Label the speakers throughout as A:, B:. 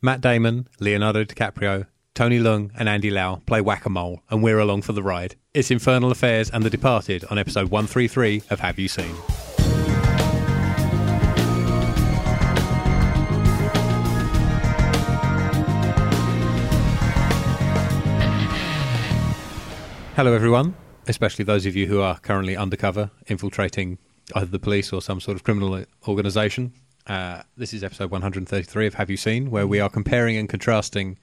A: Matt Damon, Leonardo DiCaprio, Tony Leung, and Andy Lau play whack a mole, and we're along for the ride. It's Infernal Affairs and The Departed on episode 133 of Have You Seen? Hello, everyone, especially those of you who are currently undercover, infiltrating either the police or some sort of criminal organization. Uh, this is episode 133 of Have You Seen, where we are comparing and contrasting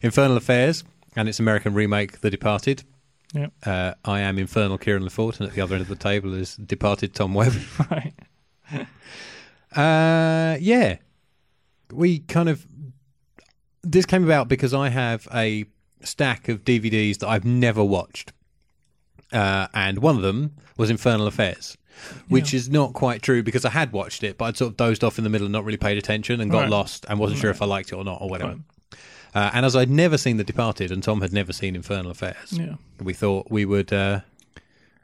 A: Infernal Affairs and its American remake, The Departed.
B: Yeah.
A: Uh, I am Infernal Kieran Lefort, and at the other end of the table is Departed Tom Webb.
B: Right.
A: Uh, yeah, we kind of this came about because I have a stack of DVDs that I've never watched, uh, and one of them was Infernal Affairs, which is not quite true because I had watched it, but I'd sort of dozed off in the middle and not really paid attention and got
B: Right.
A: lost and wasn't sure if I liked it or not or whatever. Uh, and as I'd never seen The Departed and Tom had never seen Infernal Affairs,
B: Yeah.
A: we thought we would uh,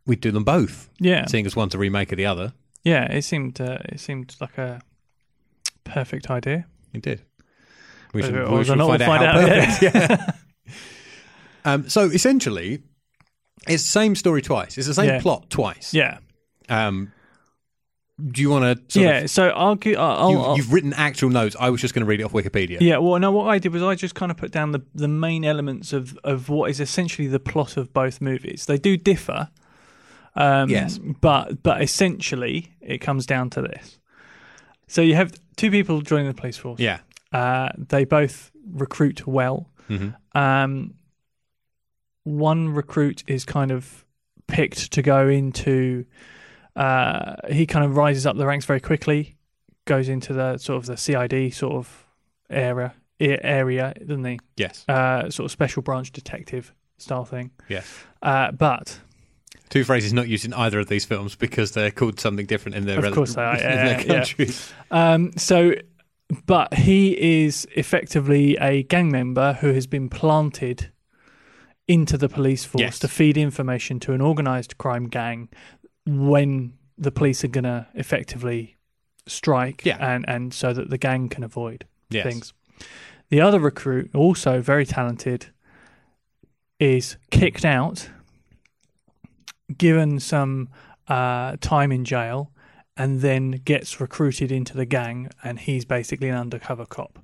A: we'd do them both,
B: Yeah.
A: seeing as one's a remake of the other.
B: Yeah. It seemed. Uh, it seemed like a perfect idea.
A: It did. We
B: Whether
A: should,
B: it
A: we
B: was
A: should
B: or not,
A: find,
B: Uh, we'll
A: out how
B: find out,
A: perfect. yeah. um, so essentially, it's the same story twice. It's the same
B: Yeah.
A: plot twice.
B: Yeah.
A: Um, do you want to?
B: yeah.
A: Of,
B: so I'll. gi- I'll,
A: you,
B: I'll
A: you've written actual notes. I was just going to read it off Wikipedia.
B: Yeah, well, no, what I did was I just kind of put down the, the main elements of, of what is essentially the plot of both movies. They do differ. Um,
A: Yes.
B: But, but essentially, it comes down to this. So you have two people joining the police force.
A: Yeah.
B: Uh, they both recruit well. Um, one recruit is kind of picked to go into. Uh, he kind of rises up the ranks very quickly, goes into the sort of the CID sort of area, a- area, doesn't he?
A: Yes.
B: Uh, sort of special branch detective style thing.
A: Yes.
B: Uh, but
A: Two phrases not used in either of these films because they're called something different in their
B: Of
A: rel-
B: course they are,
A: in
B: yeah,
A: their
B: yeah.
A: countries.
B: Um, so, but he is effectively a gang member who has been planted into the police force
A: Yes.
B: to feed information to an organized crime gang when the police are going to effectively strike
A: Yeah.
B: and, and so that the gang can avoid
A: Yes.
B: things. The other recruit, also very talented, is kicked out, given some uh, time in jail, and then gets recruited into the gang, and he's basically an undercover cop.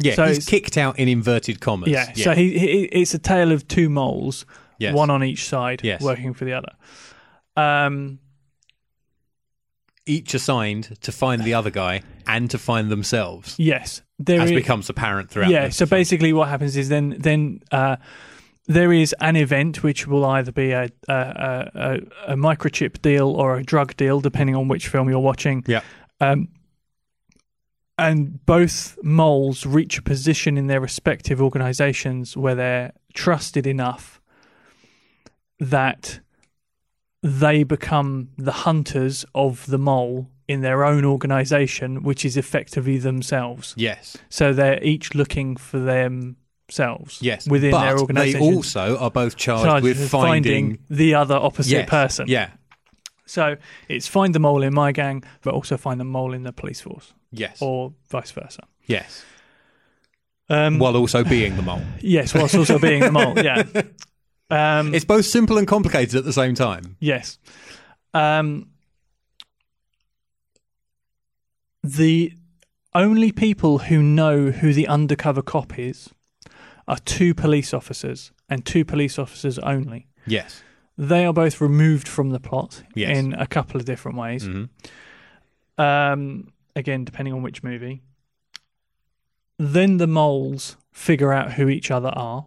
A: Yeah.
B: So
A: he's
B: it's-
A: kicked out in inverted commas.
B: Yeah, so he, he it's a tale of two moles,
A: Yes.
B: one on each side,
A: Yes.
B: working for the other. Um,
A: each assigned to find the other guy and to find themselves,
B: yes, there
A: as
B: is.
A: becomes apparent throughout.
B: yeah
A: the
B: so
A: film.
B: basically what happens is then then uh, there is an event which will either be a, a, a, a, a microchip deal or a drug deal depending on which film you're watching
A: Yeah.
B: um, and both moles reach a position in their respective organizations where they're trusted enough that they become the hunters of the mole in their own organization, which is effectively themselves.
A: Yes.
B: So they're each looking for themselves.
A: Yes.
B: Within
A: but
B: their organisation.
A: They also are both charged,
B: charged
A: with
B: with
A: finding,
B: the other opposite
A: Yes.
B: person.
A: Yeah.
B: So it's find the mole in my gang, but also find the mole in the police force,
A: Yes.
B: or vice versa.
A: yes.
B: Um,
A: While also being the mole.
B: yes, whilst also being the mole. Yeah. Um,
A: It's both simple and complicated at the same time.
B: yes. Um, the only people who know who the undercover cop is are two police officers and two police officers only.
A: Yes.
B: they are both removed from the plot
A: Yes. Mm-hmm.
B: in a couple of different ways.
A: Mhm.
B: Um, again, depending on which movie. Then the moles figure out who each other are,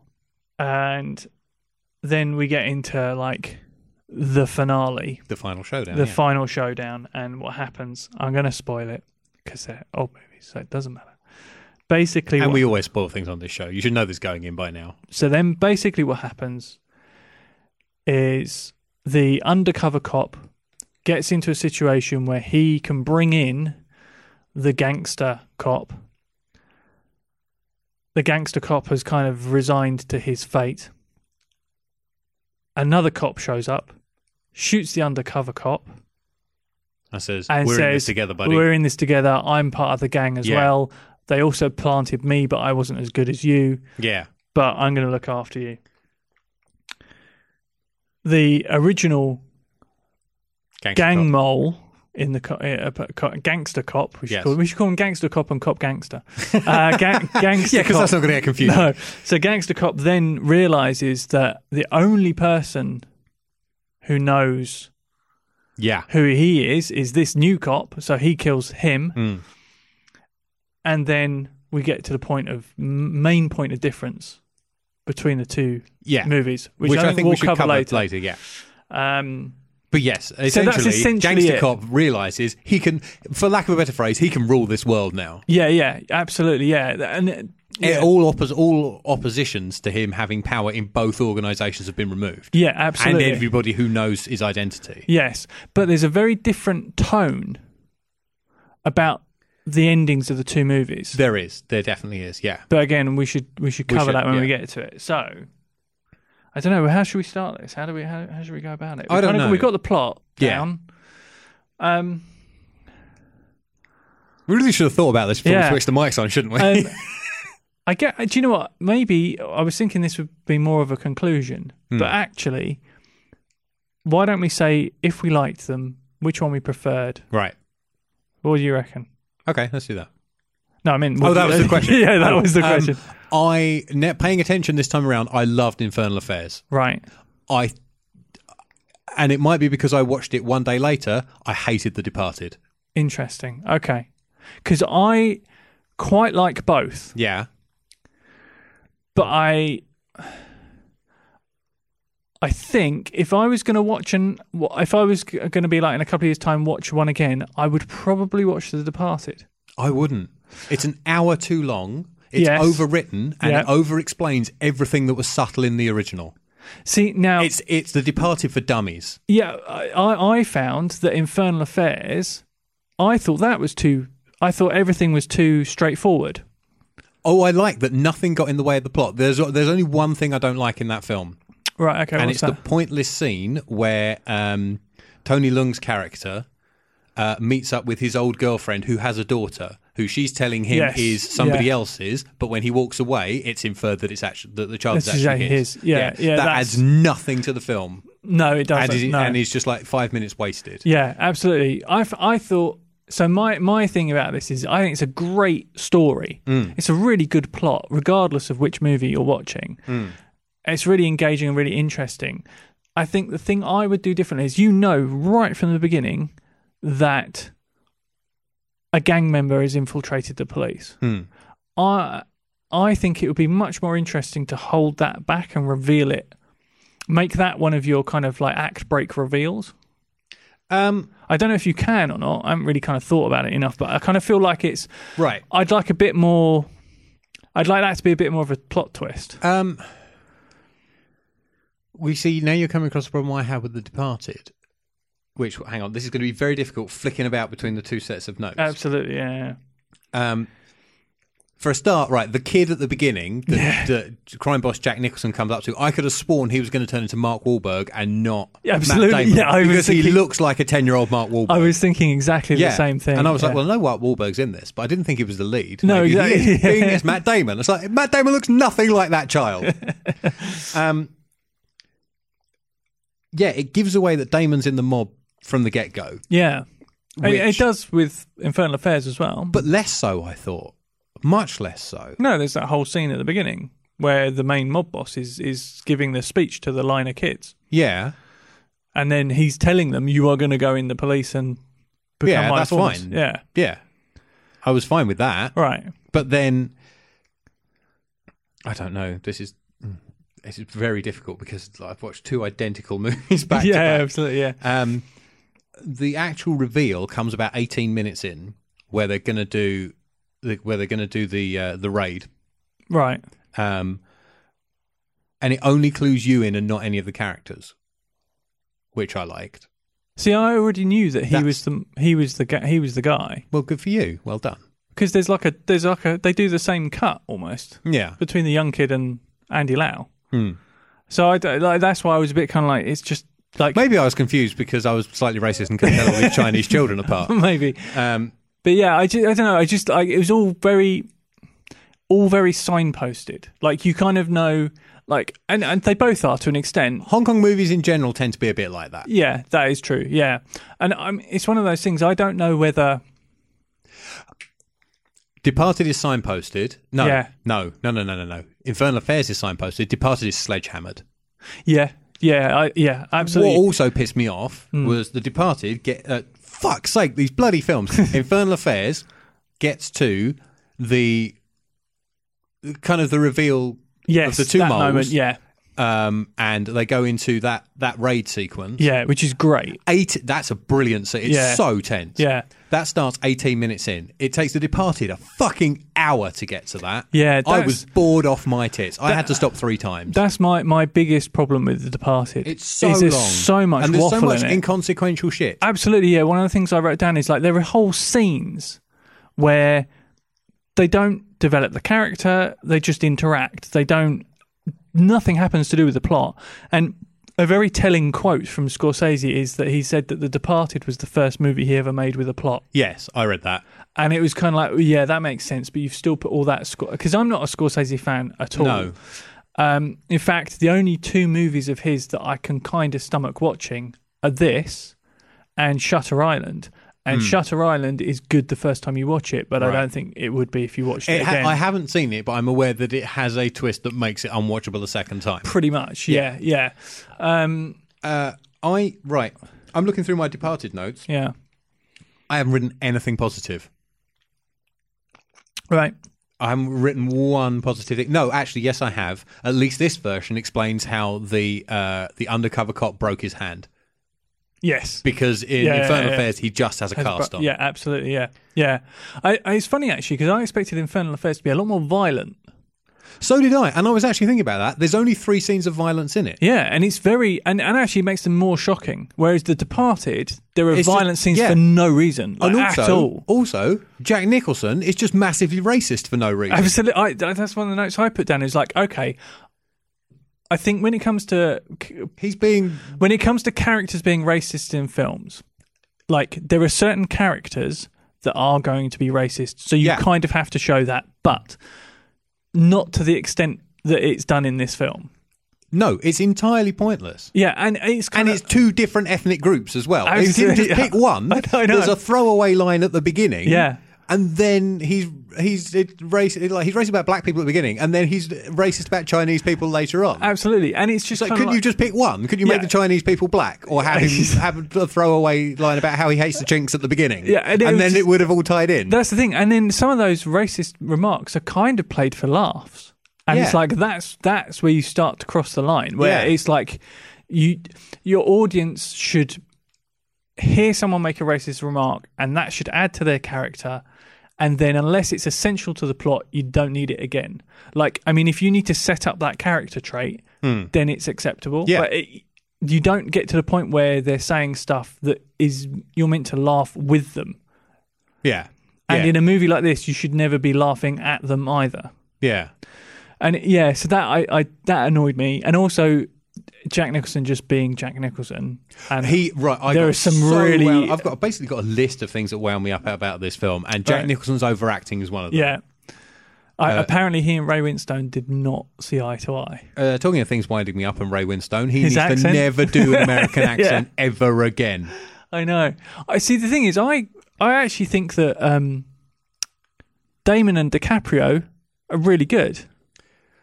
B: and then we get into like the finale,
A: The final showdown.
B: the
A: Oh, yeah.
B: final showdown, and what happens. I'm going to spoil it because they're old movies, so it doesn't matter. Basically,
A: and
B: what-
A: we always spoil things on this show. You should know this going in by now.
B: so then basically what happens is the undercover cop gets into a situation where he can bring in the gangster cop. The gangster cop has kind of resigned to his fate. Another cop shows up, shoots the undercover cop,
A: I says,
B: and
A: we're
B: says,
A: in this together, buddy.
B: We're in this together. I'm part of the gang as
A: Yeah.
B: well. They also planted me, but I wasn't as good as you,
A: Yeah.
B: but I'm going to look after you. The original
A: Gangster
B: gang
A: Cop.
B: mole in the co- uh, co- gangster cop. We should,
A: Yes.
B: call, we should call him gangster cop and cop gangster. Uh, ga- gangster
A: Yeah, because
B: cop.
A: that's not going to get confusing.
B: no. So gangster cop then realizes that the only person who knows
A: Yeah.
B: who he is is this new cop. So he kills him,
A: Mm.
B: and then we get to the point of m- main point of difference between the two
A: Yeah.
B: movies, which,
A: Which, I think
B: we'll
A: we should
B: cover, later.
A: Yeah.
B: Um,
A: But yes, essentially,
B: that's essentially
A: Gangster
B: it.
A: Cop realizes he can, for lack of a better phrase, he can rule this world now.
B: yeah, yeah, absolutely, yeah, and uh, yeah,
A: It- all oppos- all oppositions to him having power in both organizations have been removed,
B: yeah, absolutely.
A: and everybody who knows his identity.
B: Yes, but there's a very different tone about the endings of the two movies.
A: There is, there definitely is. Yeah.
B: but again, we should we should
A: We
B: cover
A: should,
B: that when we
A: yeah.
B: get to it. So, I don't know how should we start this? How do we how, how should we go about it?
A: I
B: We
A: don't
B: kind of-
A: know.
B: We've got the plot
A: Yeah.
B: down. Um,
A: We really should have thought about this before
B: Yeah.
A: we switched the mics on, shouldn't we?
B: um, I get. Do you know what? Maybe I was thinking this would be more of a conclusion,
A: Hmm.
B: but actually, why don't we say if we liked them, which one we preferred?
A: right.
B: What do you reckon?
A: Okay, let's do that.
B: No, I mean.
A: Oh,
B: what-
A: that was the question.
B: yeah, that
A: Oh,
B: was the
A: um,
B: question.
A: I, ne- paying attention this time around, I loved Infernal Affairs.
B: Right.
A: I, and it might be because I watched it one day later. I hated The Departed.
B: Interesting. Okay. Because I quite like both,
A: Yeah.
B: but I. I think if I was going to watch and if I was going to be like in a couple of years' time watch one again, I would probably watch The Departed.
A: I wouldn't. It's an hour too long. It's
B: Yes.
A: overwritten and
B: Yeah.
A: it over explains everything that was subtle in the original.
B: See now,
A: It's it's the departed for dummies.
B: yeah, I, I I found that Infernal Affairs, I thought that was too. I thought everything was too straightforward.
A: Oh, I like that nothing got in the way of the plot. There's there's only one thing I don't like in that film.
B: Right. Okay.
A: and it's
B: what's that?
A: the pointless scene where um, Tony Lung's character uh, meets up with his old girlfriend who has a daughter who she's telling him
B: Yes,
A: is somebody
B: yeah.
A: else's, but when he walks away, it's inferred that it's actually that the child is
B: This
A: actually
B: is actually
A: his.
B: his. Yeah, yeah,
A: that
B: that's-
A: adds nothing to the film,
B: no, it doesn't.
A: and, is,
B: no.
A: and is just like five minutes wasted.
B: Yeah, absolutely. I, f- I thought so. My my thing about this is I think it's a great story. It's a really good plot, regardless of which movie you're watching. It's really engaging and really interesting. I think the thing I would do differently is you know right from the beginning that a gang member has infiltrated the police. I I think it would be much more interesting to hold that back and reveal it. Make that one of your kind of like act break reveals.
A: Um,
B: I don't know if you can or not. I haven't really kind of thought about it enough, but I kind of feel like it's.
A: right.
B: I'd like a bit more. I'd like that to be a bit more of a plot twist.
A: Um, we see now you're coming across the problem I had with The Departed, which hang on, this is going to be very difficult flicking about between the two sets of notes.
B: Absolutely, yeah.
A: Um, for a start, right, the kid at the beginning, the, the crime boss Jack Nicholson comes up to, I could have sworn he was going to turn into Mark Wahlberg and not
B: Yeah, absolutely.
A: Matt Damon,
B: Yeah, I was
A: because he
B: thinking-
A: looks like a ten-year-old Mark Wahlberg.
B: I was thinking exactly the same thing.
A: And I was
B: yeah.
A: like, well, no, Mark Wahlberg's in this, but I didn't think he was the lead.
B: No,
A: Maybe he
B: exactly.
A: is, being it's Matt Damon. It's like Matt Damon looks nothing like that child. um, yeah, it gives away that Damon's in the mob from the get-go,
B: yeah. It- It,
A: which-
B: does with Infernal Affairs as well.
A: but less so, I thought, much less so.
B: no, there's that whole scene at the beginning where the main mob boss is is giving the speech to the line of kids,
A: Yeah.
B: and then he's telling them, "You are going to go in the police and become
A: Yeah,
B: my
A: that's
B: informants."
A: fine.
B: Yeah,
A: Yeah. I was fine with that.
B: right.
A: But then I don't know. This is mm, this is very difficult because I've watched two identical movies back
B: yeah,
A: to back.
B: absolutely. Yeah,
A: Um the actual reveal comes about 18 minutes in where they're going to do the, where they're going to do the uh, the raid.
B: right.
A: Um and it only clues you in and not any of the characters, which I liked.
B: See, I already knew that he
A: That's-
B: was the he was the gu- he was the guy
A: Well, good for you. Well done.
B: because there's like a there's like a they do the same cut almost
A: Yeah.
B: between the young kid and Andy Lau.
A: Hmm.
B: So I don't- like that's why I was a bit kind of like it's just like maybe,
A: Maybe I was confused because I was slightly racist and couldn't tell all these Chinese children apart. Um,
B: but yeah I just, I don't know I just I, it was all very all very signposted. Like you kind of know, like, and and they both are to an extent.
A: Hong Kong movies in general tend to be a bit like that.
B: Yeah, that is true. Yeah, and um, it's one of those things. I don't know whether
A: Departed is signposted. No,
B: Yeah.
A: no, no, no, no, no, no. Infernal Affairs is signposted. Departed is sledgehammered.
B: Yeah, yeah, I, yeah, absolutely.
A: What also pissed me off
B: Hmm.
A: was The Departed get uh, fuck's sake these bloody films. Infernal Affairs gets to the kind of the reveal
B: yes,
A: of the two
B: that
A: moles,
B: moment. Yeah,
A: um, and they go into that that raid sequence.
B: yeah, which is great.
A: Eight. That's a brilliant. se- It's
B: Yeah.
A: so tense.
B: Yeah,
A: That starts 18 minutes in. It takes The Departed a fucking hour to get to that.
B: Yeah,
A: I
B: that's-
A: was bored off my tits. I had to stop three times.
B: that's my my biggest problem with The Departed.
A: it's so
B: is
A: long.
B: there's so much
A: and there's
B: waffle
A: so much
B: in it. Uh,
A: inconsequential shit.
B: Absolutely, yeah. One of the things I wrote down is like there are whole scenes where they don't develop the character; they just interact. They don't. Nothing happens to do with the plot. And a very telling quote from Scorsese is that he said that The Departed was the first movie he ever made with a plot.
A: Yes, I read that.
B: And it was kind of like, well, yeah, that makes sense, but you've still put all that score because I'm not a Scorsese fan at all.
A: No.
B: Um, in fact, the only two movies of his that I can kind of stomach watching are this and Shutter Island. And Shutter Island is good the first time you watch it, but I
A: Hmm. Right.
B: don't think it would be if you watched it,
A: It ha-
B: again.
A: I haven't seen it, but I'm aware that it has a twist that makes it unwatchable a second time.
B: Pretty much, yeah, yeah, um,
A: Uh, I right. I'm looking through my Departed notes.
B: yeah.
A: I haven't written anything positive.
B: Right,
A: I haven't written one positive thing. No, actually, yes, I have. At least this version explains how the uh, the undercover cop broke his hand
B: yes.
A: because in
B: Yeah, yeah,
A: Infernal
B: yeah.
A: Affairs he just has a cast
B: But-
A: on.
B: Yeah, absolutely. Yeah, yeah. I, I, it's funny actually because I expected Infernal Affairs to be a lot more violent.
A: So did I, and I was actually thinking about that. There's only three scenes of violence in it.
B: Yeah, and it's very and, and actually makes them more shocking. Whereas The Departed, there are
A: It's
B: violent
A: just-
B: scenes
A: yeah.
B: for no reason like,
A: And
B: at all.
A: also, also, Jack Nicholson is just massively racist for no reason.
B: Absolutely, I, that's one of the notes I put down. Is like, okay, I think when it comes to
A: He's being
B: when it comes to characters being racist in films, like there are certain characters that are going to be racist, so you
A: Yeah.
B: kind of have to show that, but not to the extent that it's done in this film.
A: no. It's entirely pointless.
B: Yeah, and it's kind
A: And
B: of,
A: it's two different ethnic groups as well. If you
B: Absolutely,
A: just
B: yeah.
A: pick one,
B: I know, I know.
A: there's a throwaway line at the beginning.
B: Yeah.
A: And then he's he's it- racist like he's racist about black people at the beginning, and then he's racist about Chinese people later on.
B: absolutely, and it's just
A: So
B: kinda
A: could
B: like,
A: you just pick one? Could you
B: Yeah.
A: make the Chinese people black, or have him have a throwaway line about how he hates the chinks at the beginning?
B: Yeah,
A: and,
B: and it was
A: then
B: just-
A: it would have all tied in.
B: That's the thing. And then some of those racist remarks are kind of played for laughs. And it's
A: Yeah.
B: like that's that's where you start to cross the line where
A: Yeah.
B: it's like you your audience should hear someone make a racist remark and that should add to their character and then unless it's essential to the plot you don't need it again. Like I mean if you need to set up that character trait then it's acceptable
A: Hmm. Yeah.
B: but it, you don't get to the point where they're saying stuff that is you're meant to laugh with them.
A: yeah,
B: And
A: yeah,
B: in a movie like this, you should never be laughing at them either.
A: yeah.
B: And yeah, so that I, I that annoyed me. And also Jack Nicholson just being Jack Nicholson. And
A: He right. I
B: There
A: got
B: are some
A: so
B: really-
A: wound- I've got basically got a list of things that wound me up about this film, and Jack
B: Right.
A: Nicholson's overacting is one of them.
B: yeah. I, apparently he and Ray Winstone did not see eye to eye.
A: Uh, talking of things winding me up and Ray Winstone, he
B: His
A: needs
B: accent?
A: to never do an American accent ever again.
B: I know. I see the thing is I I actually think that um Damon and DiCaprio are really good.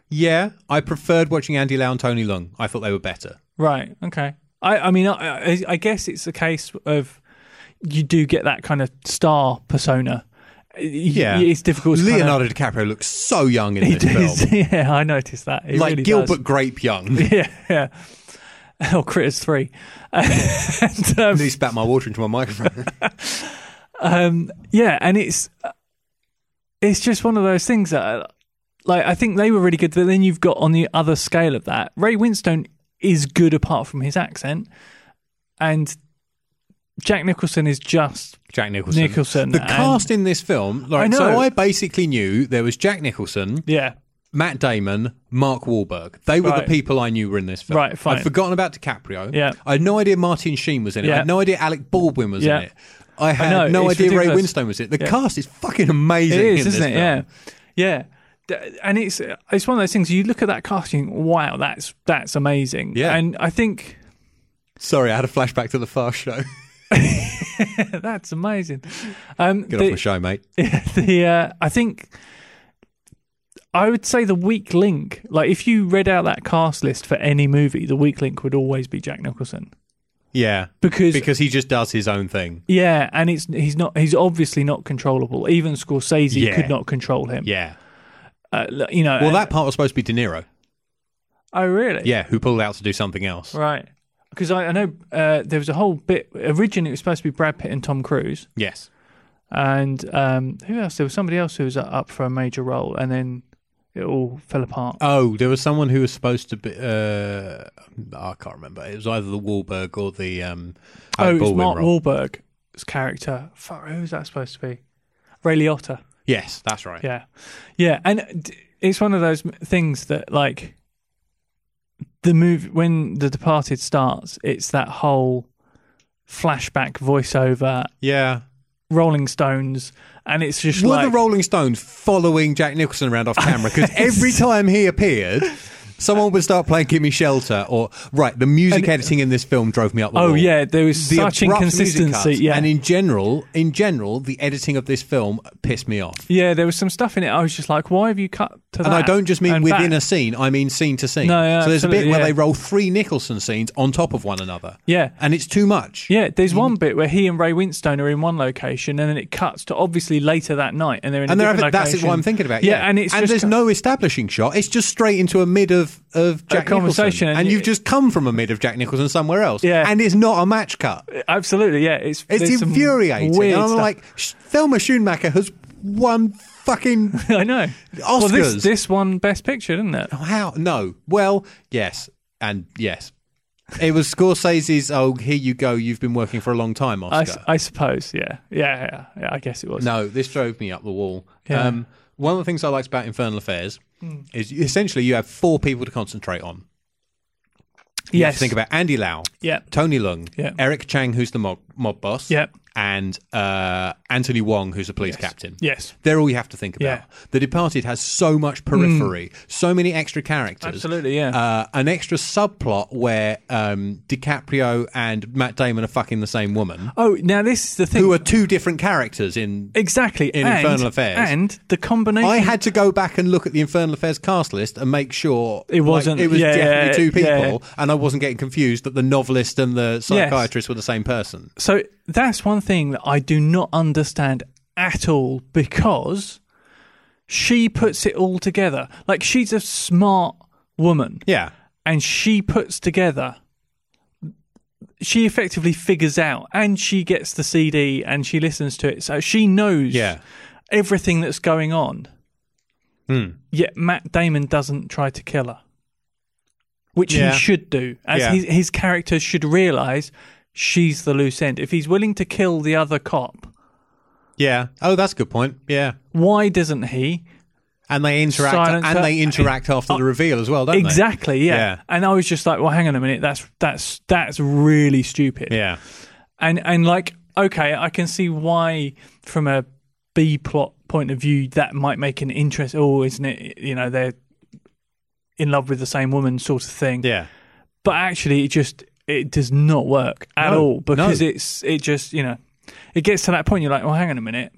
A: Yeah, I preferred watching Andy Lau and Tony Lung. I thought they were better.
B: Right. Okay. I, I mean, I, I- I guess it's a case of you do get that kind of star persona.
A: Yeah.
B: Yeah. It's difficult. To kind of-
A: Leonardo DiCaprio looks so young in
B: he
A: this film,
B: does. Yeah, I noticed that. He
A: like
B: really
A: Gilbert
B: does.
A: Grape young. And
B: Yeah. yeah. Or Critters 3. and, um,
A: he spat my water into my microphone.
B: um, yeah, and it's it's just one of those things that, uh, like, I think they were really good. But then you've got on the other scale of that, Ray Winstone is good apart from his accent, and Jack Nicholson is just
A: Jack Nicholson.
B: Nicholson.
A: The
B: and-
A: cast in this film, like,
B: I know.
A: so I basically knew there was Jack Nicholson,
B: yeah,
A: Matt Damon, Mark Wahlberg. They were
B: Right.
A: the people I knew were in this film.
B: Right, fine.
A: I'd forgotten about DiCaprio.
B: Yeah.
A: I had no idea Martin Sheen was in it.
B: Yeah.
A: I had no idea Alec Baldwin was
B: Yeah.
A: in it. I had
B: know,
A: no
B: it's
A: idea Ray
B: ridiculous.
A: Winstone was in it. The cast is fucking amazing.
B: it is,
A: in this
B: isn't it?
A: film.
B: Yeah, yeah. th- and it's it's one of those things you look at that cast and you think, wow, that's that's amazing.
A: Yeah.
B: and I think
A: Sorry, I had a flashback to the Far Show.
B: that's amazing. Um,
A: Get
B: the-
A: off my show, mate.
B: the uh, I think I would say the weak link. Like if you read out that cast list for any movie, the weak link would always be Jack Nicholson
A: Yeah,
B: because,
A: because he just does his own thing.
B: yeah, and it's he's not he's obviously not controllable. Even Scorsese
A: Yeah.
B: could not control him.
A: Yeah.
B: Uh, l- you know.
A: Well,
B: and-
A: that part was supposed to be De Niro.
B: oh really?
A: Yeah, who pulled out to do something else.
B: right. Because I, I know uh, there was a whole bit originally it was supposed to be Brad Pitt and Tom Cruise
A: Yes.
B: and um, who else? There was somebody else who was up for a major role and then it all fell apart.
A: Oh, there was someone who was supposed to be. Uh, I can't remember. It was either the Wahlberg or the um,
B: Oh,
A: Alec
B: it's
A: Baldwin
B: Mark
A: role.
B: Wahlberg's character. Fuck, who is that supposed to be? Ray Liotta.
A: Yes, that's right.
B: Yeah, yeah, and d- it's one of those m- things that like the movie when The Departed starts, it's that whole flashback voiceover,
A: Yeah.
B: Rolling Stones, and it's just
A: Were
B: like
A: the Rolling Stones following Jack Nicholson around off camera? Because every time he appeared, someone would start playing "Give Me Shelter" or right. The music editing in this film drove me up. The
B: oh
A: wall.
B: yeah, there was
A: The
B: such
A: abrupt music
B: inconsistency.
A: cuts,
B: Yeah,
A: and in general, in general, the editing of this film pissed me off.
B: yeah, there was some stuff in it. I was just like, why have you cut to that?
A: And I don't just mean
B: and
A: within
B: that?
A: a scene, I mean scene to scene.
B: No, yeah,
A: so there's a bit
B: absolutely,
A: where
B: yeah.
A: they roll three Nicholson scenes on top of one another.
B: Yeah.
A: And it's too much.
B: Yeah, there's one bit where he and Ray Winstone are in one location, and then it cuts to obviously later that night, and they're in
A: And
B: a
A: they're
B: different
A: having, that's
B: location.
A: it, what I'm thinking about.
B: Yeah,
A: Yeah,
B: and it's just
A: there's
B: co-
A: no establishing shot. It's just straight into a mid of of Jack Nicholson,
B: conversation, and
A: and
B: you-
A: you've just come from a mid of Jack Nicholson somewhere else.
B: Yeah.
A: and it's not a match cut.
B: Absolutely, yeah. It's
A: It's
B: there's some
A: infuriating.
B: Weird
A: And I'm
B: stuff.
A: like, Sh- Thelma Schoonmaker has won fucking
B: I know.
A: Oscars.
B: Well, this this one best picture, didn't it?
A: How? No. Well, yes, and yes. It was Scorsese's. Oh, here you go. You've been working for a long time,
B: I,
A: Oscar.
B: s- I suppose, yeah. yeah, yeah, yeah. I guess it was.
A: No, this drove me up the wall.
B: Yeah. Hmm.
A: Um, one of the things I liked about Infernal Affairs is essentially you have four people to concentrate on. You have
B: yes.
A: to think about Andy Lau,
B: Yeah,
A: Tony Lung,
B: Yeah.
A: Eric Chang, who's the mob, mob boss,
B: Yeah.
A: and uh, Anthony Wong, who's a police captain.
B: yes,
A: They're all you have to think about.
B: Yeah. Hmm.
A: The Departed has so much periphery, so many extra characters.
B: absolutely, yeah.
A: Uh, an extra subplot where um, DiCaprio and Matt Damon are fucking the same woman,
B: oh, now this is the thing.
A: who are two different characters in
B: exactly
A: in
B: and,
A: Infernal Affairs.
B: and the combination.
A: I had to go back and look at the Infernal Affairs cast list and make sure
B: It wasn't-
A: it was
B: yeah,
A: definitely two
B: yeah.
A: people, and I wasn't getting confused that the novelist and the psychiatrist were the same person.
B: So that's one thing that I do not understand at all because she puts it all together. Like she's a smart woman
A: Yeah,
B: and she puts together she effectively figures out and she gets the CD and she listens to it. So she knows
A: Yeah.
B: everything that's going on.
A: Hmm.
B: Yet Matt Damon doesn't try to kill her, which
A: Yeah.
B: he should do, as
A: Yeah.
B: his, his character should realize she's the loose end. If he's willing to kill the other cop,
A: yeah. Oh, that's a good point. Yeah,
B: why doesn't he?
A: and they interact,
B: Silence her-
A: and they interact after the reveal as well, don't
B: Uh, Exactly, yeah.
A: Yeah.
B: And I was just like, well, hang on a minute, that's that's that's really stupid.
A: they? Yeah,
B: and and like okay i can see why from a b plot point of view that might make an interest oh isn't it you know they're in love with the same woman sort of thing
A: yeah.
B: but actually it just it does not work at
A: No,
B: all because
A: no.
B: it's it just you know it gets to that point you're like well hang on a minute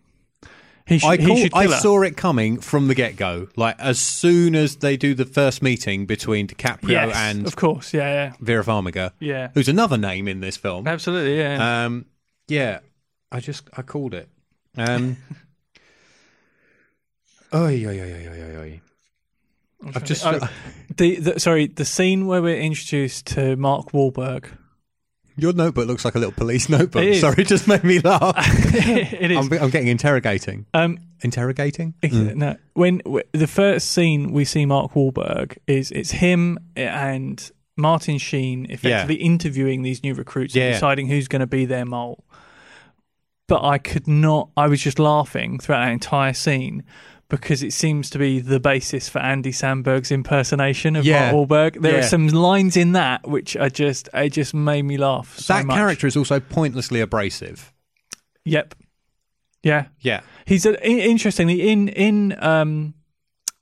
B: he, sh-
A: I,
B: he
A: call-
B: should kill
A: I
B: her.
A: saw it coming from the get go. Like as soon as they do the first meeting between DiCaprio
B: yes,
A: and
B: of course yeah
A: Vera Farmiga,
B: yeah yeah
A: who's another name in this film.
B: absolutely yeah
A: Um, yeah, I just I called it. Um, oy, oy, oy, oy, oy, oy, oy. I've just
B: oh. the, the sorry the scene where we're introduced to mark Wahlberg
A: your notebook looks like a little police notebook.
B: It is.
A: Sorry, it just made me laugh.
B: it is
A: I'm, I'm getting interrogating.
B: um
A: Interrogating?
B: No, when w- the first scene we see Mark Wahlberg is it's him and Martin Sheen effectively interviewing these new recruits
A: Yeah.
B: and deciding who's going to be their mole. But I could not. I was just laughing throughout that entire scene because it seems to be the basis for Andy Sandberg's impersonation of
A: Yeah.
B: Mark Wahlberg. There
A: Yeah.
B: are some lines in that which are just it just made me laugh. So
A: that
B: much.
A: character is also pointlessly abrasive.
B: Yep. Yeah.
A: Yeah.
B: He's a, i- interestingly in in um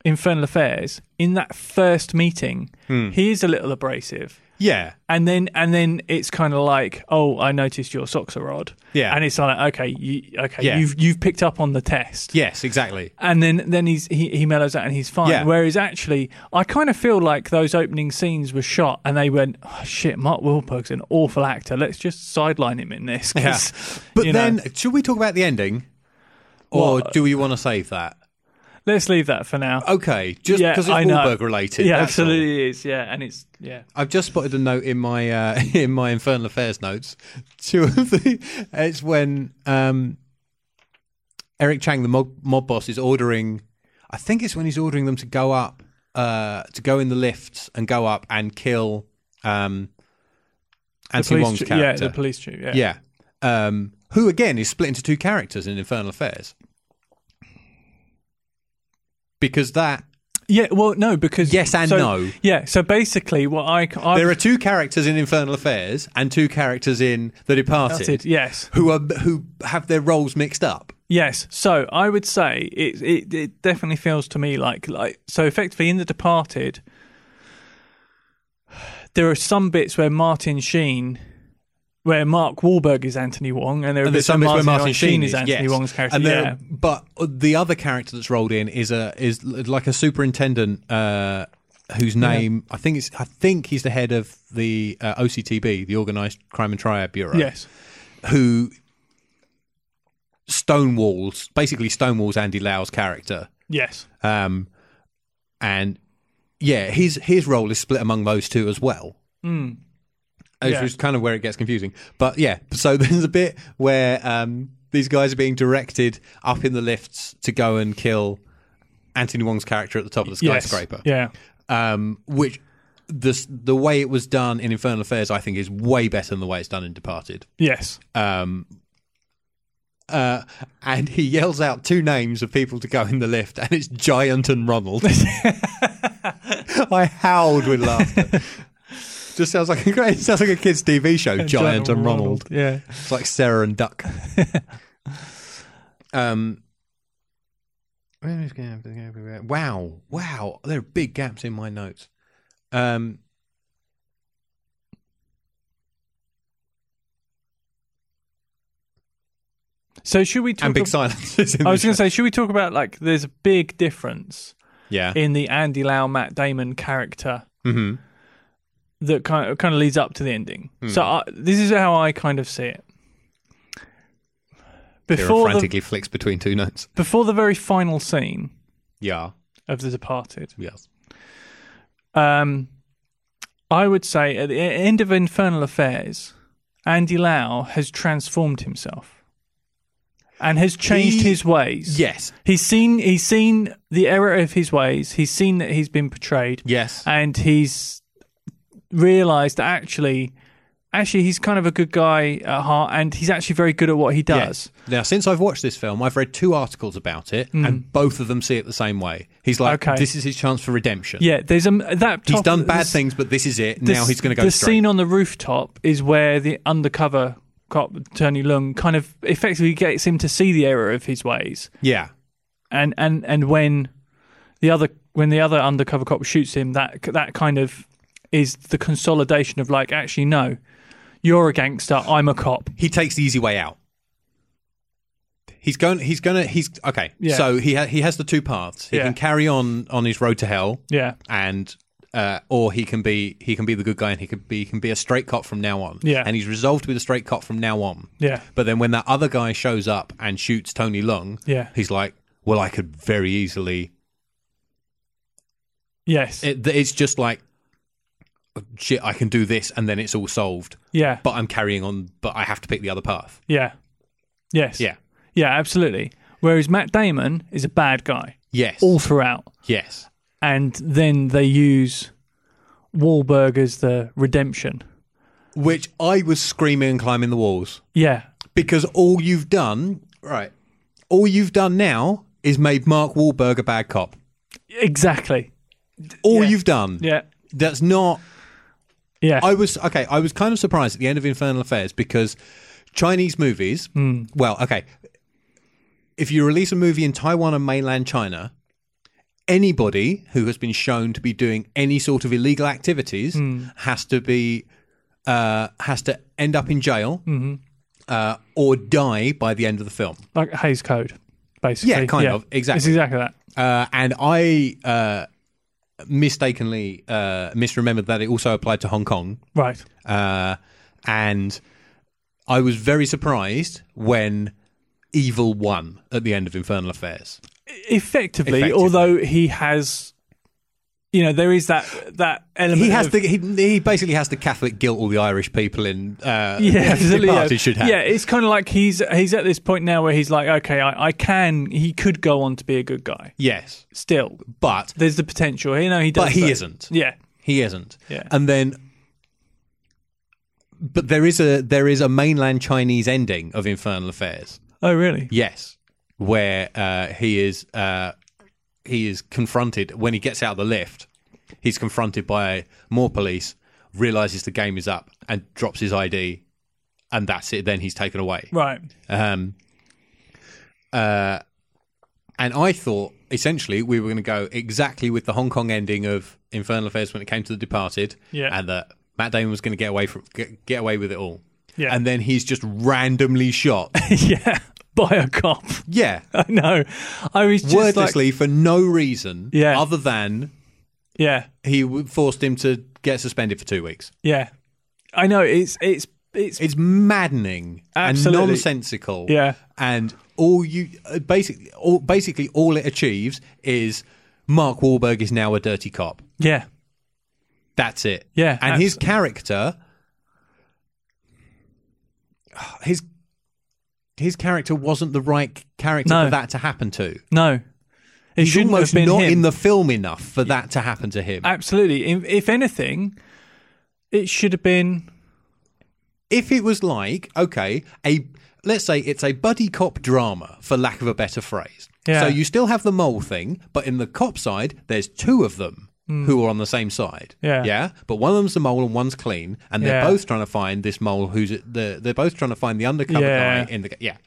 B: Infernal Affairs, in that first meeting,
A: Hmm.
B: he is a little abrasive.
A: Yeah.
B: And then and then it's kind of like, oh, I noticed your socks are odd.
A: Yeah.
B: And it's like, okay, you, okay,
A: Yeah.
B: you've you've picked up on the test.
A: Yes, exactly.
B: And then then he's he, he mellows out and he's fine.
A: Yeah.
B: Whereas actually, I kind of feel like those opening scenes were shot and they went, oh, shit, Mark Wahlberg's an awful actor. Let's just sideline him in this. 'cause,
A: But
B: you know,
A: then, should we talk about the ending? Or do you want to save that?
B: let's leave that for now.
A: Okay, just
B: Yeah,
A: because
B: I
A: it's
B: know.
A: Wahlberg related.
B: yeah,
A: that's all.
B: absolutely is. Yeah, and it's yeah.
A: I've just spotted a note in my uh, in my Infernal Affairs notes. Two of the it's when um, Eric Chang, the mob, mob boss, is ordering. I think it's when he's ordering them to go up, uh, to go in the lifts and go up and kill um, Anthony Wong's
B: chief, yeah,
A: character.
B: the police chief. Yeah.
A: Yeah. Um, who again is split into two characters in Infernal Affairs. Because that
B: Yeah, well, no, because
A: Yes and
B: so-
A: no.
B: Yeah, so basically, what I I
A: there are two characters in Infernal Affairs and two characters in The Departed,
B: yes,
A: who are who have their roles mixed up.
B: yes. So I would say it, it it definitely feels to me like like so effectively in the Departed, there are some bits where Martin Sheen. Where Mark Wahlberg is Anthony Wong, and there are
A: And there's
B: bits
A: some bits
B: where
A: where Martin
B: Sheen
A: Sheen
B: is Anthony
A: yes.
B: Wong's character.
A: And there-
B: yeah.
A: but the other character that's rolled in is a is l- like a superintendent uh, whose name I think it's I think he's the head of the uh, OCTB, the Organised Crime and Triad Bureau.
B: Yes.
A: who stonewalls basically stonewalls Andy Lau's character.
B: Yes.
A: Um, and yeah, his his role is split among those two as well. Which
B: Hmm. Yeah.
A: is kind of where it gets confusing. But yeah, so there's a bit where um, these guys are being directed up in the lifts to go and kill Anthony Wong's character at the top of the
B: Yes.
A: skyscraper.
B: Yeah.
A: Um, which the the way it was done in Infernal Affairs, I think, is way better than the way it's done in Departed
B: Yes.
A: um, uh, and he yells out two names of people to go in the lift, and it's Giant and Ronald. I howled with laughter. Just sounds like a great, sounds like a kids' TV show, Giant, and Ronald.
B: Yeah.
A: It's like Sarah and Duck. um. Wow, wow, there are big gaps in my notes. Um,
B: So should we talk
A: and big
B: ab-
A: silences. In
B: I was
A: the
B: going to
A: show.
B: say, should we talk about like there's a big difference
A: yeah.
B: in the Andy Lau Matt Damon character
A: hmm
B: that kind of, kind of leads up to the ending. So I, this is how I kind of see it.
A: Kira
B: Before the,
A: frantically flicks between two notes.
B: before the very final scene
A: Yeah.
B: of The Departed,
A: Yes.
B: um, I would say at the e- end of Infernal Affairs, Andy Lau has transformed himself and has changed
A: He-
B: his ways.
A: Yes.
B: He's seen he's seen the error of his ways. He's seen that he's been portrayed,
A: Yes.
B: and he's realised that actually, actually he's kind of a good guy at heart, and he's actually very good at what he does.
A: Now, since I've watched this film, I've read two articles about it, and both of them see it the same way. He's like,
B: Mm. Okay.
A: this is his chance for redemption.
B: Yeah, there's a that
A: He's
B: top-
A: done bad
B: this-
A: things, but this is it.
B: this-
A: now he's going to go
B: The
A: straight.
B: scene on the rooftop is where the undercover cop Tony Lung kind of effectively gets him to see the error of his ways,
A: yeah.
B: and and and when the other when the other undercover cop shoots him, that that kind of is the consolidation of like actually no, you're a gangster, I'm a cop.
A: He takes the easy way out. He's going. He's going to. He's okay.
B: Yeah.
A: So he ha- he has the two paths. He
B: Yeah.
A: can carry on on his road to hell,
B: Yeah,
A: and uh, or he can be he can be the good guy, and he can be he can be a straight cop from now on.
B: Yeah.
A: And he's resolved to be the straight cop from now on.
B: yeah,
A: But then when that other guy shows up and shoots Tony Lung,
B: Yeah.
A: he's like, "Well, I could very easily."
B: yes,
A: It, it's just like, "Shit, I can do this," and then it's all solved.
B: yeah,
A: But I'm carrying on. But I have to pick the other path.
B: yeah, yes,
A: Yeah.
B: yeah, absolutely. Whereas Matt Damon is a bad guy
A: Yes.
B: all throughout,
A: yes.
B: and then they use Wahlberg as the redemption.
A: Which I was screaming and climbing the walls
B: Yeah,
A: because all you've done, right? All you've done now is made Mark Wahlberg a bad cop.
B: exactly.
A: All
B: Yeah.
A: you've done.
B: Yeah,
A: That's not
B: yeah,
A: I was okay. I was kind of surprised at the end of Infernal Affairs because Chinese movies. Well, okay. If you release a movie in Taiwan and mainland China, anybody who has been shown to be doing any sort of illegal activities has to be uh, has to end up in jail uh, or die by the end of the film.
B: like Hayes Code, basically.
A: Yeah, kind of, exactly.
B: It's exactly that.
A: Uh, and I uh, mistakenly uh, misremembered that it also applied to Hong Kong.
B: Right.
A: Uh, and I was very surprised when Evil won at the end of Infernal Affairs.
B: Effectively,
A: Effectively.
B: although he has, you know, there is that that element.
A: He has
B: of,
A: the he, he basically has the Catholic guilt all the Irish people in uh,
B: yeah, absolutely, yeah.
A: Departed should have.
B: Yeah, it's kind of like he's he's at this point now where he's like, okay, I, I can. He could go on to be a good guy.
A: Yes,
B: Still,
A: but
B: there's the potential. You know, he does.
A: but he
B: that.
A: isn't.
B: Yeah.
A: He isn't.
B: Yeah.
A: And then but there is a there is a mainland Chinese ending of Infernal Affairs.
B: Oh, really?
A: Yes, where uh, he is uh, he is confronted when he gets out of the lift. He's confronted by more police, realizes the game is up, and drops his ID, and that's it. Then he's taken away.
B: Right.
A: Um, uh, and I thought essentially we were going to go exactly with the Hong Kong ending of Infernal Affairs when it came to The Departed,
B: Yeah.
A: and that Matt Damon was going to get away from get, get away with it all.
B: Yeah.
A: And then he's just randomly shot.
B: yeah. By a cop.
A: yeah.
B: I know. I was just like,
A: wordlessly for no reason
B: Yeah.
A: other than
B: yeah,
A: he w- forced him to get suspended for two weeks.
B: yeah. I know. It's it's it's
A: It's maddening
B: Absolutely.
A: and nonsensical.
B: Yeah.
A: and all you uh, basically all basically all it achieves is Mark Wahlberg is now a dirty cop.
B: yeah.
A: That's it.
B: Yeah,
A: and his character, his his character wasn't the right character
B: No.
A: for that to happen to.
B: No, it
A: He's
B: shouldn't
A: almost
B: have been
A: not
B: him.
A: in the film enough for that to happen to him.
B: Absolutely. If, if anything, it should have been.
A: if it was like okay a let's say it's a buddy cop drama for lack of a better phrase
B: Yeah.
A: so you still have the mole thing but in the cop side there's two of them who are on the same side
B: Hmm. Yeah.
A: yeah but one of them's the mole and one's clean and they're
B: Yeah.
A: both trying to find this mole who's at the they're both trying to find the undercover
B: Yeah.
A: guy in the yeah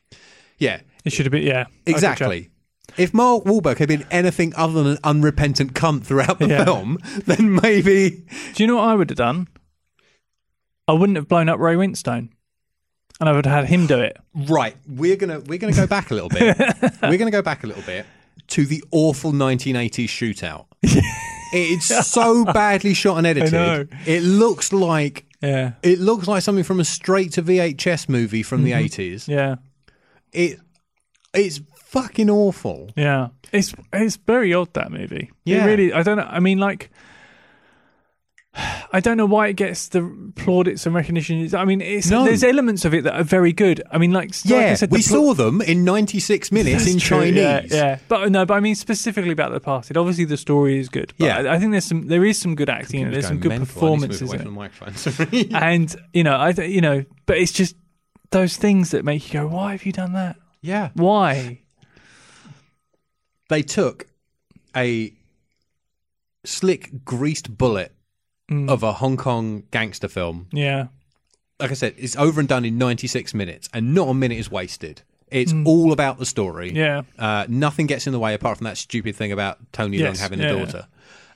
A: yeah
B: It should have been. Yeah. I gotcha.
A: exactly if Mark Wahlberg had been anything other than an unrepentant cunt throughout the
B: Yeah.
A: film, then maybe
B: Do you know what I would have done? I wouldn't have blown up Ray Winstone, and I would have had him do it.
A: Right, we're gonna we're gonna go back a little bit. we're gonna go back a little bit to the awful 1980s shootout. it's so badly shot and edited.
B: know.
A: It looks like
B: Yeah.
A: it looks like something from a straight to VHS movie from
B: Mm-hmm.
A: the 80s.
B: Yeah.
A: It it's fucking awful.
B: Yeah. It's it's very odd that movie. It
A: Yeah.
B: really. I don't know. I mean, like. I don't know why it gets the plaudits and recognition. It's- I mean, it's,
A: No.
B: there's elements of it that are very good. I mean, like, like I
A: Yeah,
B: said, the
A: we
B: pl-
A: saw them in 96 minutes in
B: That's true,
A: Chinese.
B: Yeah, yeah. but no, but I mean specifically about the past. It obviously the story is good. But
A: Yeah.
B: I, I think there's some there is some good acting. in it.
A: Just
B: There's some
A: going mental. I need
B: good
A: to
B: performances
A: move
B: in
A: away
B: it.
A: from the microphone. Sorry.
B: And you know, I th- you know, but it's just those things that make you go, why have you done that?
A: yeah.
B: Why?
A: they took a slick greased bullet
B: Mm.
A: of a Hong Kong gangster film.
B: Yeah,
A: Like I said, it's over and done in 96 minutes, and not a minute is wasted. It's all about the story.
B: Mm. yeah,
A: Uh, nothing gets in the way apart from that stupid thing about Tony Leung
B: Yes,
A: having
B: yeah,
A: a
B: yeah.
A: daughter.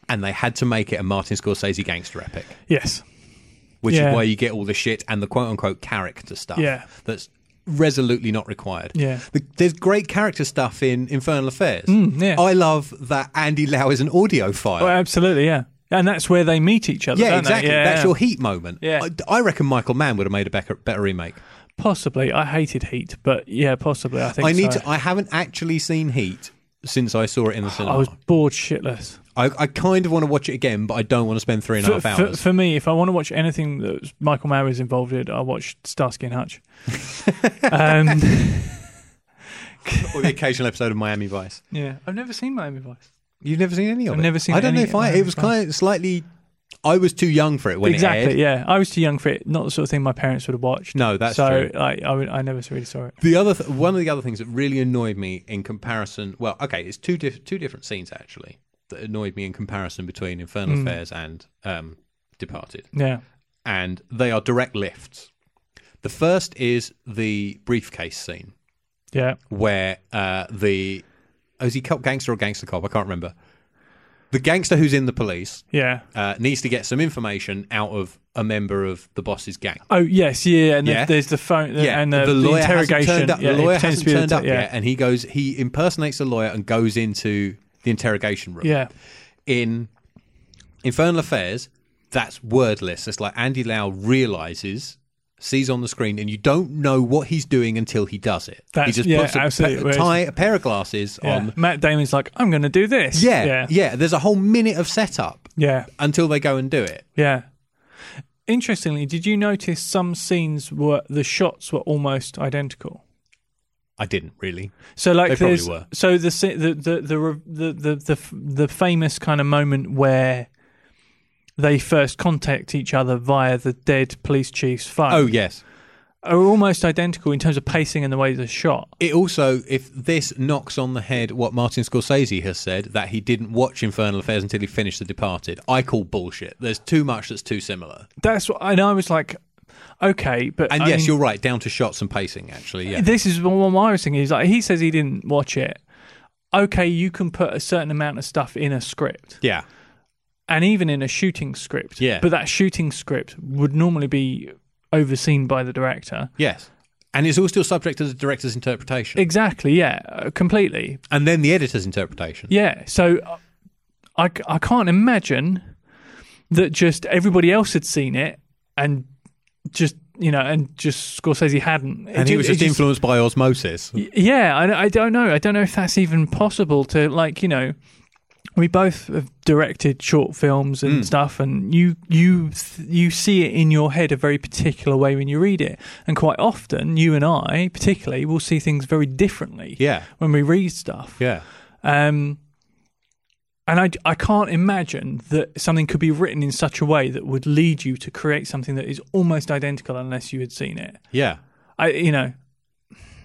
A: And they had to make it a Martin Scorsese gangster epic,
B: yes,
A: which
B: Yeah.
A: is why you get all the shit and the quote unquote character stuff
B: Yeah.
A: that's resolutely not required.
B: Yeah.
A: The, there's great character stuff in Infernal Affairs.
B: Mm, yeah.
A: I love that Andy Lau is an audiophile.
B: well, Oh, absolutely, yeah. And that's where they meet each other.
A: Yeah,
B: don't
A: exactly.
B: They? Yeah,
A: That's your heat moment.
B: Yeah.
A: I, I reckon Michael Mann would have made a better, better remake.
B: possibly. I hated Heat, but yeah, possibly. I think
A: I need
B: so.
A: to. I haven't actually seen Heat since I saw it in the cinema.
B: I was bored shitless.
A: I, I kind of want to watch it again, but I don't want to spend three and a
B: For,
A: half
B: for,
A: hours.
B: for me, if I want to watch anything that Michael Mann was involved in, I watched Starsky and Hutch. um,
A: or the occasional episode of Miami Vice.
B: yeah, I've never seen Miami Vice.
A: You've never seen any of
B: I've
A: it.
B: never seen
A: I don't know
B: any
A: if I.
B: of
A: It was
B: Miami
A: kind of slightly. I was too young for it when it
B: exactly.
A: aired.
B: Yeah, I was too young for it. Not the sort of thing my parents would have watched.
A: No, that's
B: so
A: true.
B: I, I, would, I never really saw it.
A: The other th- one of the other things that really annoyed me in comparison, well, okay, it's two diff- two different scenes actually that annoyed me in comparison between Infernal Affairs and um, Departed.
B: Yeah,
A: and they are direct lifts. The first is the briefcase scene
B: yeah.
A: where uh, the oh, is he cop gangster or gangster cop? I can't remember. the gangster who's in the police
B: Yeah.
A: uh, needs to get some information out of a member of the boss's gang.
B: Oh yes, yeah, and
A: Yeah.
B: The, there's the phone the,
A: Yeah,
B: and uh, the, the
A: hasn't
B: interrogation.
A: turned up.
B: Yeah,
A: the
B: it
A: lawyer
B: pretends
A: hasn't
B: to be the
A: turned
B: te-
A: up yet, and he goes. He impersonates the lawyer and goes into the interrogation room.
B: Yeah.
A: in Infernal Affairs, that's wordless. It's like Andy Lau realizes, sees on the screen, and you don't know what he's doing until he does it. he
B: That's-
A: just
B: yeah,
A: puts a,
B: absolutely.
A: pa-
B: Whereas-
A: tie, a pair of glasses
B: Yeah.
A: on.
B: Matt Damon's like, I'm going to do this.
A: Um, Yeah,
B: yeah,
A: yeah, There's a whole minute of setup
B: yeah,
A: until they go and do it.
B: yeah. Interestingly, did you notice some scenes were the shots were almost identical?
A: I didn't really.
B: So like
A: They probably
B: there's-
A: were.
B: so the si- the the the re- the the the, f- the famous kind of moment where they first contact each other via the dead police chief's phone
A: Oh yes.
B: are almost identical in terms of pacing and the way they're shot.
A: It also, if this knocks on the head what Martin Scorsese has said that he didn't watch Infernal Affairs until he finished The Departed, I call bullshit. There's too much that's too similar.
B: That's what and I was like, okay, but
A: And
B: I
A: yes,
B: mean,
A: you're right. Down to shots and pacing, actually. Yeah.
B: this is what what I was thinking. Is like he says he didn't watch it. Okay, you can put a certain amount of stuff in a script,
A: Yeah.
B: and even in a shooting script.
A: Yeah.
B: But that shooting script would normally be overseen by the director.
A: Yes. And it's all still subject to the director's interpretation.
B: Exactly. Yeah. uh, Completely.
A: and then the editor's interpretation.
B: Yeah. So uh, I c- I can't imagine that just everybody else had seen it and just you know and just Scorsese hadn't. It
A: And he
B: ju-
A: was
B: it
A: just influenced by osmosis.
B: Y- yeah I, I don't know i don't know if that's even possible to like you know we both have directed short films
A: Hmm.
B: and stuff and you you th- you see it in your head a very particular way when you read it and quite often you and i particularly will see things very differently
A: Yeah.
B: when we read stuff
A: Yeah.
B: um and I, I can't imagine that something could be written in such a way that would lead you to create something that is almost identical unless you had seen it.
A: Yeah.
B: I you know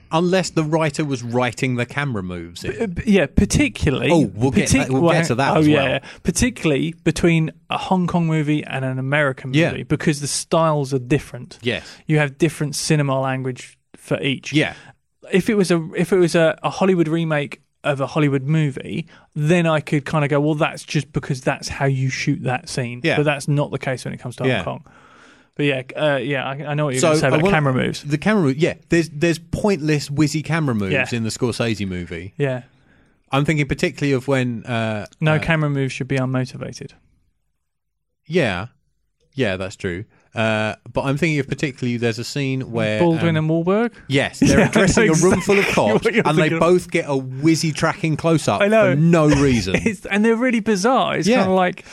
A: Unless the writer was writing the camera moves in.
B: Uh, yeah, particularly.
A: Oh, we'll get that- we'll get to that
B: Oh,
A: as
B: yeah,
A: well.
B: yeah. particularly between a Hong Kong movie and an American movie
A: Yeah.
B: because the styles are different.
A: Yes.
B: You have different cinema language for each.
A: Yeah.
B: If it was a if it was a, a Hollywood remake of a Hollywood movie, then I could kind of go, well, that's just because that's how you shoot that scene.
A: Yeah.
B: But that's not the case when it comes to Hong
A: Yeah.
B: Kong. But yeah, uh, yeah, I, I know what you're going to say
A: I
B: about
A: wanna-
B: camera moves.
A: The camera move. Yeah. There's there's pointless whizzy camera moves
B: Yeah.
A: in the Scorsese movie.
B: Yeah,
A: I'm thinking particularly of when. Uh,
B: no camera moves should be unmotivated.
A: yeah. Yeah, that's true. Uh, but I'm thinking of particularly there's a scene where
B: Baldwin
A: um,
B: and Wahlberg.
A: Yes, they're
B: Yeah, I
A: addressing
B: know
A: a room full of cops,
B: what you're
A: and they
B: thinking of.
A: both get a whizzy tracking close up
B: I know.
A: for no reason.
B: It's, and they're really bizarre. It's
A: Yeah.
B: kind of like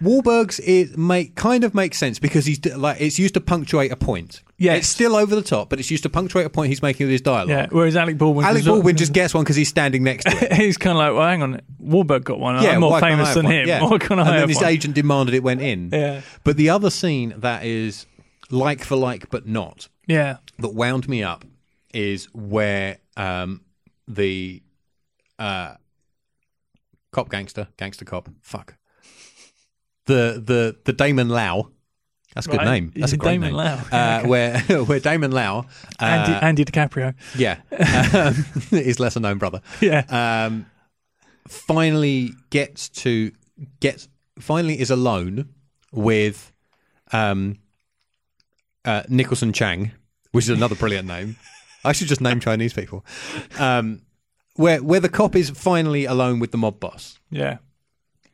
A: Wahlberg's it make kind of makes sense because he's d- like it's used to punctuate a point.
B: Yes.
A: it's still over the top, but it's used to punctuate a point he's making with his dialogue.
B: yeah. Whereas Alec Baldwin,
A: Alec Baldwin just gets one because he's standing next to it.
B: he's kind of like, well, hang on, Wahlberg got one.
A: Yeah,
B: I'm
A: why
B: more
A: can't I
B: famous
A: have
B: than
A: one?
B: him.
A: Yeah.
B: Why can't I
A: and
B: have
A: then his
B: one?
A: agent demanded it went in.
B: Yeah.
A: But the other scene that is like for like but not
B: yeah,
A: that wound me up is where um, the uh, cop gangster, gangster cop, fuck, the the the Damon Lau. That's a good
B: Right.
A: name. That's a great
B: Damon
A: name.
B: Lau.
A: Uh, where where Damon Lau, uh,
B: Andy, Andy DiCaprio.
A: yeah, um, his lesser known brother,
B: Yeah,
A: um, finally gets to gets finally is alone with um, uh, Nicholson Chang, which is another brilliant name. I should just name Chinese people. Um, where where the cop is finally alone with the mob boss
B: yeah,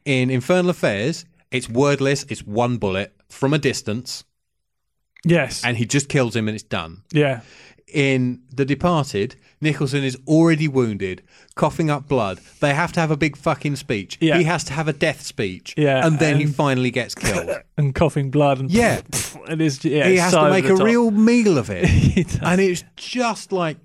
A: in Infernal Affairs. It's wordless. It's one bullet from a distance,
B: yes,
A: and he just kills him, and it's done
B: yeah,
A: in The Departed, Nicholson is already wounded, coughing up blood. They have to have a big fucking speech.
B: Yeah.
A: He has to have a death speech.
B: Yeah,
A: And then he
B: and-
A: finally gets killed.
B: and coughing blood and
A: Yeah.
B: it is. Yeah,
A: he
B: it's
A: has
B: so
A: to
B: over
A: make
B: the
A: a
B: top.
A: real meal of it.
B: He does.
A: and it's just like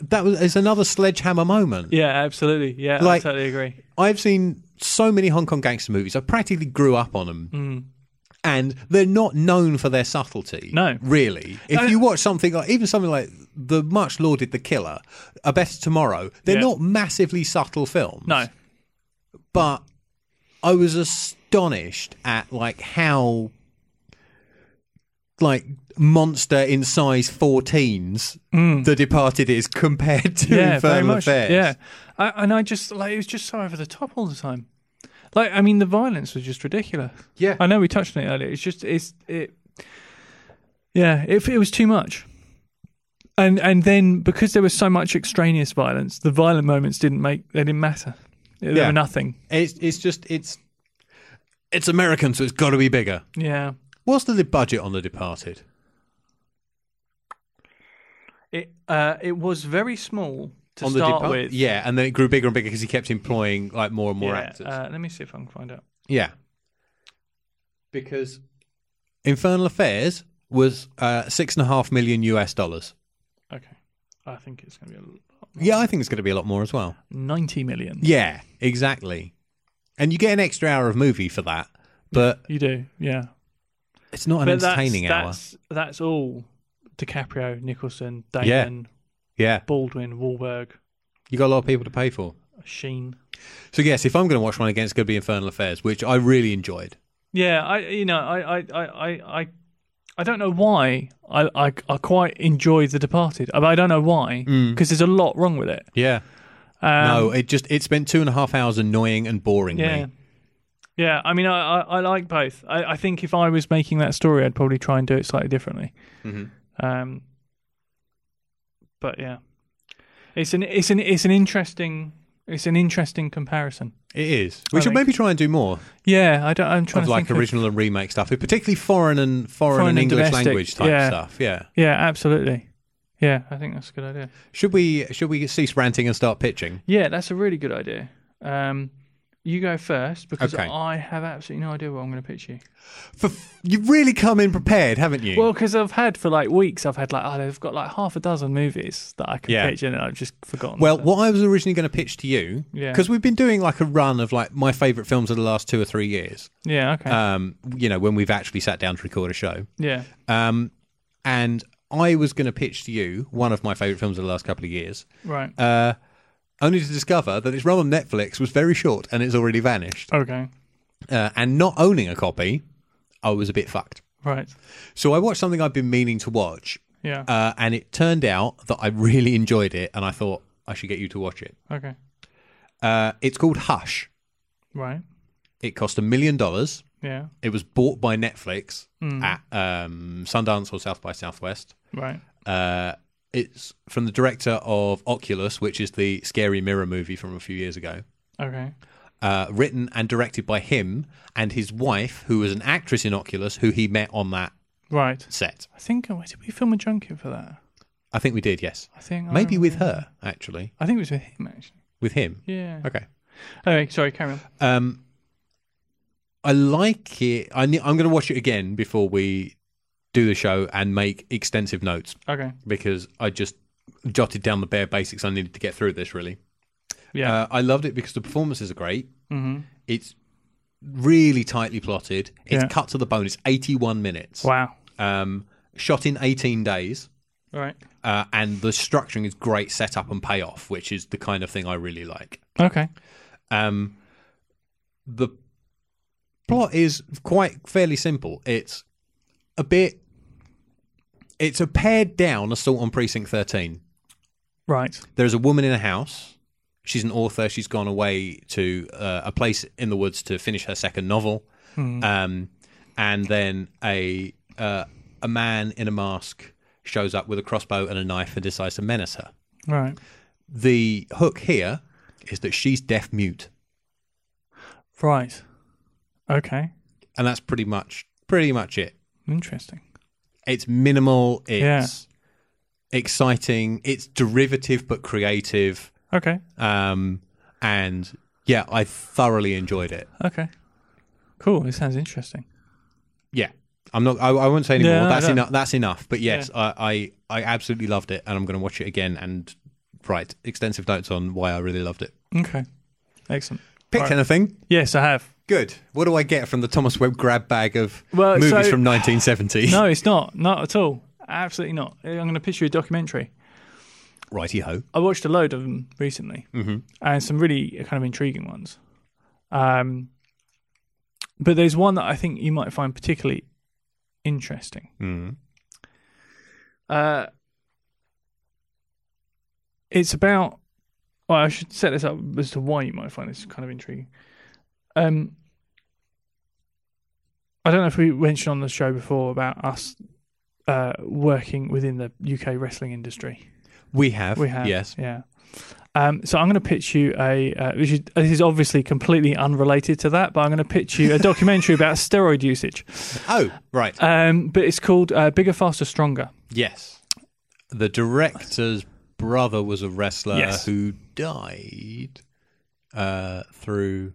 A: that was it's another sledgehammer moment.
B: yeah, absolutely. Yeah,
A: Like-
B: I totally agree.
A: I've seen so many Hong Kong gangster movies. I practically grew up on them. And they're not known for their subtlety.
B: No.
A: Really. If
B: No.
A: you watch something, like, even something like the much lauded The Killer, A Better Tomorrow, they're
B: Yeah.
A: not massively subtle films.
B: No,
A: But I was astonished at like how like monster in size 14s The Departed is compared to
B: Mm. yeah,
A: Infernal
B: very much.
A: Affairs.
B: Yeah, I, and I just like it was just so over the top all the time. Like, I mean, the violence was just ridiculous.
A: Yeah.
B: I know we touched on it earlier. It's just it's it. Yeah, it it was too much. And and then because there was so much extraneous violence, the violent moments didn't make they didn't matter. They
A: Yeah.
B: were nothing.
A: It's it's just it's it's American, so it's got to be bigger.
B: Yeah.
A: What's the budget on The Departed?
B: It uh it was very small to
A: on
B: start
A: the Depart-
B: with.
A: yeah, and then it grew bigger and bigger because he kept employing like more and more
B: Yeah,
A: actors.
B: Uh, let me see if I can find out.
A: yeah, because Infernal Affairs was uh, six and a half million US dollars.
B: Okay. I think it's going to be a lot.
A: Yeah, I think it's going to be a lot more as well.
B: 90 million.
A: Yeah, exactly. And you get an extra hour of movie for that, but
B: You do. Yeah.
A: it's not an
B: but
A: entertaining
B: that's,
A: hour.
B: That's, that's all DiCaprio, Nicholson,
A: Yeah.
B: Damon,
A: Yeah,
B: Baldwin, Wahlberg,
A: you got a lot of people to pay for.
B: Sheen.
A: So yes, if I'm going to watch one again, it's going to be Infernal Affairs, which I really enjoyed.
B: Yeah, I you know, I I I I I, I don't know why I, I I quite enjoy The Departed. I, I don't know why because there's a lot wrong with it.
A: Yeah.
B: Um,
A: no, it just it spent two and a half hours annoying and boring
B: Yeah.
A: me.
B: Yeah, I mean, I, I, I like both. I, I think if I was making that story, I'd probably try and do it slightly differently.
A: Mm-hmm.
B: Um, but yeah, it's an it's an it's an interesting it's an interesting comparison.
A: It is. We
B: I
A: should
B: think-
A: maybe try and do more
B: Yeah, I don't. I'm trying
A: of
B: to
A: like
B: think of-
A: original and remake stuff, particularly foreign and foreign,
B: Foreign
A: and
B: and
A: English
B: domestic,
A: language type
B: yeah.
A: stuff. Yeah.
B: yeah, absolutely. Yeah, I think that's a good idea.
A: Should we should we cease ranting and start pitching?
B: Yeah, that's a really good idea. Um, you go first because
A: Okay.
B: I have absolutely no idea what I'm going to pitch you.
A: For f- you've really come in prepared, haven't you?
B: Well, because I've had for like weeks, I've had like oh, they've got like half a dozen movies that I could
A: Yeah.
B: pitch, and I've just forgotten.
A: Well,
B: So-
A: what I was originally going to pitch to you,
B: Yeah.
A: because we've been doing like a run of like my favourite films of the last two or three years.
B: yeah, okay,
A: Um, you know, when we've actually sat down to record a show.
B: yeah,
A: Um, and I was going to pitch to you one of my favourite films of the last couple of years,
B: right,
A: uh, only to discover that its run on Netflix was very short and it's already vanished.
B: okay,
A: Uh, and not owning a copy, I was a bit fucked.
B: right,
A: So I watched something I've been meaning to watch,
B: yeah,
A: uh, and it turned out that I really enjoyed it, and I thought I should get you to watch it.
B: okay,
A: Uh, it's called Hush.
B: right,
A: It cost a million dollars.
B: yeah,
A: It was bought by Netflix at um, Sundance or South by Southwest.
B: right,
A: Uh, it's from the director of Oculus, which is the scary mirror movie from a few years ago.
B: okay,
A: Uh, written and directed by him and his wife, who was an actress in Oculus, who he met on that
B: right.
A: set.
B: I think oh, did we film a junket for that?
A: I think we did, yes.
B: I think I
A: Maybe
B: remember-
A: with her, actually.
B: I think it was with him actually.
A: With him.
B: Yeah.
A: Okay.
B: Anyway, sorry, carry on.
A: Um, I like it. I ne- I'm going to watch it again before we do the show and make extensive notes
B: Okay,
A: because I just jotted down the bare basics I needed to get through this, really.
B: yeah,
A: Uh, I loved it because the performances are great.
B: mm-hmm.
A: It's really tightly plotted. It's
B: Yeah.
A: cut to the bone. It's 81 minutes.
B: wow,
A: Um, shot in 18 days.
B: right,
A: Uh, and the structuring is great setup and payoff, which is the kind of thing I really like.
B: okay,
A: Um, the plot is quite fairly simple. It's a bit. It's a pared down assault on Precinct 13.
B: right,
A: There's a woman in a house. She's an author. She's gone away to uh, a place in the woods to finish her second novel. Um, and then a uh, a man in a mask shows up with a crossbow and a knife and decides to menace her.
B: right,
A: The hook here is that she's deaf mute.
B: right, okay,
A: and that's pretty much pretty much it.
B: interesting.
A: It's minimal. It's exciting. It's derivative but creative.
B: Okay,
A: Um, and yeah, I thoroughly enjoyed it.
B: okay, cool. It sounds interesting.
A: Yeah, I'm not. I, I won't say anymore.
B: Yeah, no,
A: that's
B: no.
A: enough. That's enough. But yes, I, I I absolutely loved it, and I'm going to watch it again and write extensive notes on why I really loved it.
B: Okay, excellent.
A: Picked anything?
B: Yes, I have.
A: Good. What do I get from the Thomas Webb grab bag of
B: Well,
A: movies
B: so-
A: from 1970?
B: No, it's not. Not at all. Absolutely not. I'm going to pitch you a documentary.
A: Righty ho.
B: I watched a load of them recently, mm-hmm. and some really kind of intriguing ones. Um, but there's one that I think you might find particularly interesting.
A: Mm.
B: Uh, it's about. Well, I should set this up as to why you might find this kind of intriguing. Um, I don't know if we mentioned on the show before about us uh, working within the UK wrestling industry.
A: We have.
B: We have,
A: Yes.
B: yeah. Um, so I'm going to pitch you a. Uh, this, is, this is obviously completely unrelated to that, but I'm going to pitch you a documentary about steroid usage.
A: Oh, right.
B: Um, but it's called uh, Bigger, Faster, Stronger.
A: Yes. The director's brother was a wrestler
B: Yes.
A: who died uh, through,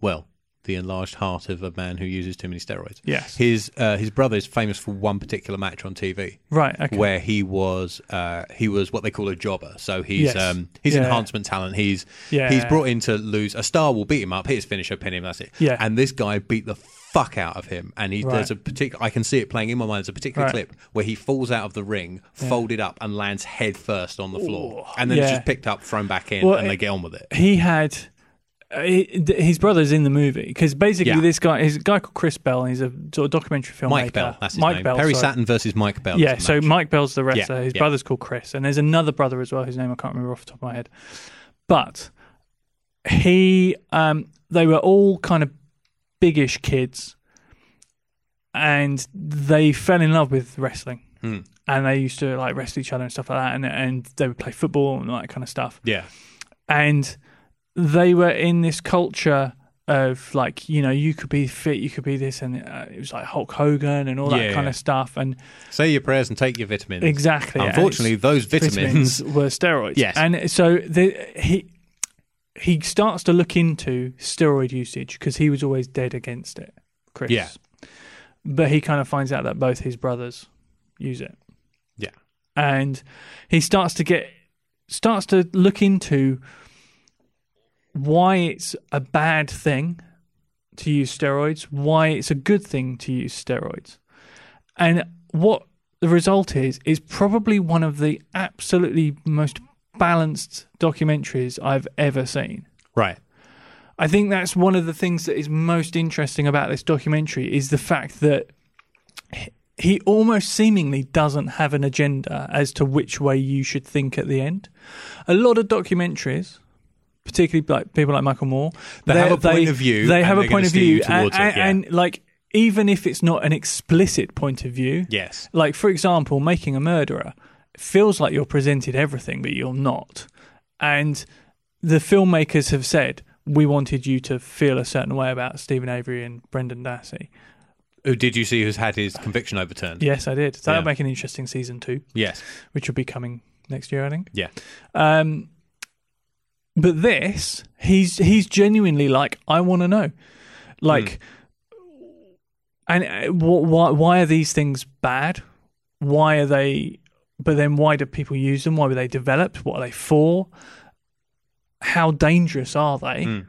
A: well, the enlarged heart of a man who uses too many steroids.
B: Yes.
A: His uh, his brother is famous for one particular match on TV
B: Right. Okay.
A: where he was uh, he was what they call a jobber. So he's
B: Yes.
A: um, he's
B: Yeah.
A: enhancement talent. He's
B: Yeah.
A: he's brought in to lose. A star will beat him up. Hit his finisher, pin him. That's it.
B: Yeah.
A: And this guy beat the fuck out of him. And he
B: Right.
A: there's a particular. I can see it playing in my mind. There's a particular
B: Right.
A: clip where he falls out of the ring, folded up, and lands head first on the floor. And then it's
B: Yeah.
A: just picked up, thrown back in,
B: Well,
A: and
B: it-
A: they get on with it.
B: he had uh, he- th- his brother's in the movie because basically
A: Yeah.
B: this guy is a guy called Chris Bell and he's a sort of documentary filmmaker.
A: Mike Bell. That's his
B: Mike
A: name.
B: Bell.
A: Perry
B: sorry.
A: Saturn versus Mike Bell. is
B: Yeah,
A: the
B: so
A: match.
B: Mike Bell's the wrestler. his
A: yeah.
B: brother's called Chris, and there's another brother as well whose name I can't remember off the top of my head. But he, um, they were all kind of biggish kids, and they fell in love with wrestling,
A: Hmm.
B: and they used to like wrestle each other and stuff like that, and and they would play football and all that kind of stuff
A: yeah,
B: and they were in this culture of like you know you could be fit you could be this and uh, it was like hulk hogan and all that
A: Yeah,
B: kind
A: yeah.
B: of stuff and
A: say your prayers and take your vitamins.
B: exactly and
A: Unfortunately, those
B: it's-
A: vitamins.
B: vitamins were steroids
A: Yes.
B: and so the, he he starts to look into steroid usage because he was always dead against it chris
A: Yeah.
B: but he kind of finds out that both his brothers use it
A: Yeah.
B: and he starts to get starts to look into why it's a bad thing to use steroids, why it's a good thing to use steroids. And what the result is is probably one of the absolutely most balanced documentaries I've ever seen.
A: Right.
B: I think that's one of the things that is most interesting about this documentary is the fact that h- he almost seemingly doesn't have an agenda as to which way you should think at the end. A lot of documentaries, particularly like people like Michael Moore,
A: They have
B: they're-
A: a point of view
B: They
A: and
B: have a
A: they're
B: point
A: gonna
B: of
A: steer you
B: view, and,
A: towards it, yeah.
B: and, and like even if it's not an explicit point of view,
A: Yes.
B: like for example making a murderer it feels like you're presented everything but you're not and the filmmakers have said we wanted you to feel a certain way about Stephen Avery and Brendan Dassey.
A: Who Oh, did you see who's had his conviction overturned?
B: Yes, I did. So that'll
A: Yeah.
B: make an interesting season two,
A: Yes.
B: which will be coming next year, I think.
A: Yeah.
B: Um, but this, he's he's genuinely like, I want to know, like, and uh, wh- why why are these things bad? Why are they? But then, why do people use them? Why were they developed? What are they for? How dangerous are they?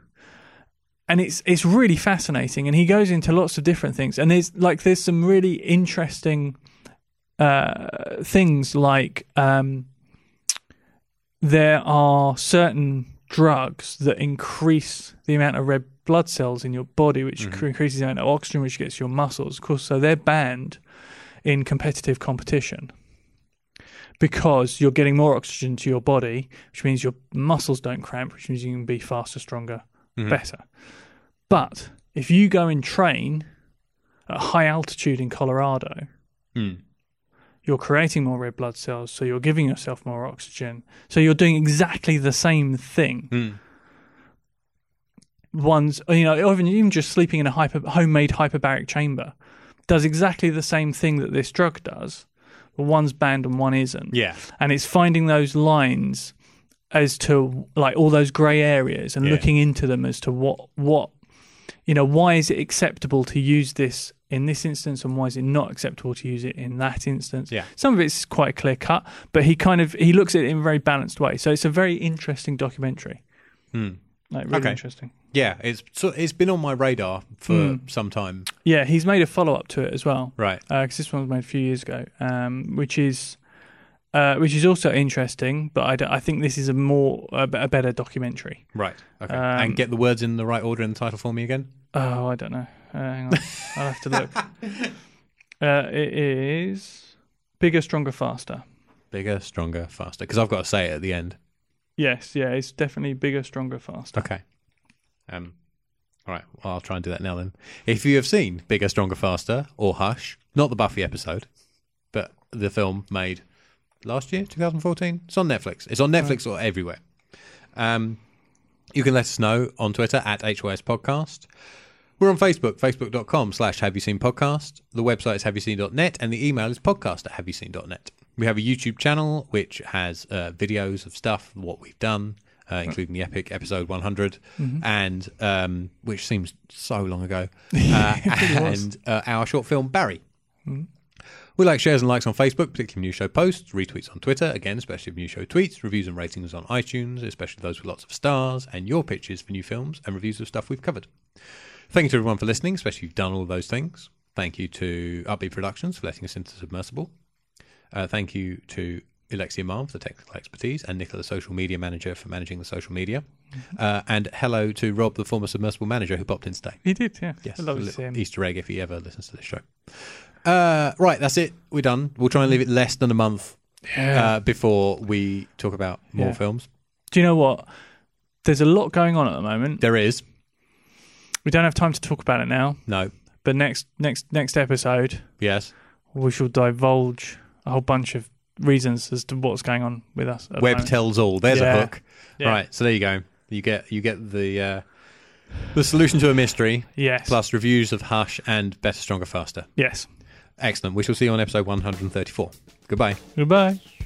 B: And it's it's really fascinating, and he goes into lots of different things. And there's like there's some really interesting uh, things like um, there are certain drugs that increase the amount of red blood cells in your body, which cr- increases the amount of oxygen which gets to your muscles. Of course, so they're banned in competitive competition because you're getting more oxygen to your body, which means your muscles don't cramp, which means you can be faster, stronger, better. But if you go and train at high altitude in Colorado, you're creating more red blood cells, so you're giving yourself more oxygen. So you're doing exactly the same thing. One's, you know, even, even just sleeping in a hyper, homemade hyperbaric chamber does exactly the same thing that this drug does, but one's banned and one isn't.
A: Yeah.
B: And it's finding those lines as to like all those grey areas and
A: Yeah.
B: looking into them as to what what you know why is it acceptable to use this in this instance and why is it not acceptable to use it in that instance
A: Yeah.
B: some of it's quite clear cut but he kind of he looks at it in a very balanced way so it's a very interesting documentary like really
A: Hmm. Okay.
B: interesting
A: Yeah, it's so it's been on my radar for some time.
B: yeah he's made a follow-up to it as well
A: Right.
B: because Uh, this one was made a few years ago, um, which is uh, which is also interesting. But I, don't- I think this is a more a, be- a better documentary.
A: Right. Okay.
B: Um,
A: and get the words in the right order in the title for me again.
B: Oh, I don't know. Uh, hang on, I'll have to look. Uh, it is bigger, stronger, faster.
A: Bigger, stronger, faster. Because I've got to say it at the end.
B: Yes, yeah, it's definitely bigger, stronger, faster.
A: Okay. Um, All right, well, I'll try and do that now then. If you have seen Bigger, Stronger, Faster or Hush, not the Buffy episode, but the film made last year, 2014, it's on Netflix. It's on Netflix or everywhere. Um, you can let us know on Twitter at HYS Podcast. We're on Facebook, facebook.com slash have you seen podcast. The website is have you seen.net and the email is podcast at have you seen.net. We have a YouTube channel which has uh, videos of stuff, what we've done, uh, including the epic episode 100, and um, which seems so long ago, uh, and uh, our short film Barry. We like shares and likes on Facebook, particularly new show posts, retweets on Twitter, again, especially of new show tweets, reviews and ratings on iTunes, especially those with lots of stars, and your pitches for new films and reviews of stuff we've covered. Thank you to everyone for listening, especially if you've done all those things. Thank you to Upbeat Productions for letting us into Submersible. Uh, thank you to Alexia Marm for the technical expertise and Nicola, the social media manager, for managing the social media. Uh, and hello to Rob, the former Submersible manager, who popped in today.
B: He did, yeah.
A: Yes,
B: I love
A: a
B: to see
A: little
B: him.
A: Easter egg if he ever listens to this show. Uh, right, that's it. We're done. We'll try and leave it less than a month uh, before we talk about more
B: Yeah.
A: films.
B: Do you know what? There's a lot going on at the moment.
A: There is
B: We don't have time to talk about it now,
A: no,
B: but next next next episode
A: yes,
B: we shall divulge a whole bunch of reasons as to what's going on with us. at the
A: web
B: moment.
A: tells all. There's a
B: Yeah.
A: hook.
B: Yeah.
A: Right, so there you go. You get you get the uh, the solution to a mystery
B: Yes.
A: plus reviews of Hush and Better, Stronger, Faster.
B: Yes.
A: Excellent. We shall see you on episode 134. Goodbye.
B: Goodbye.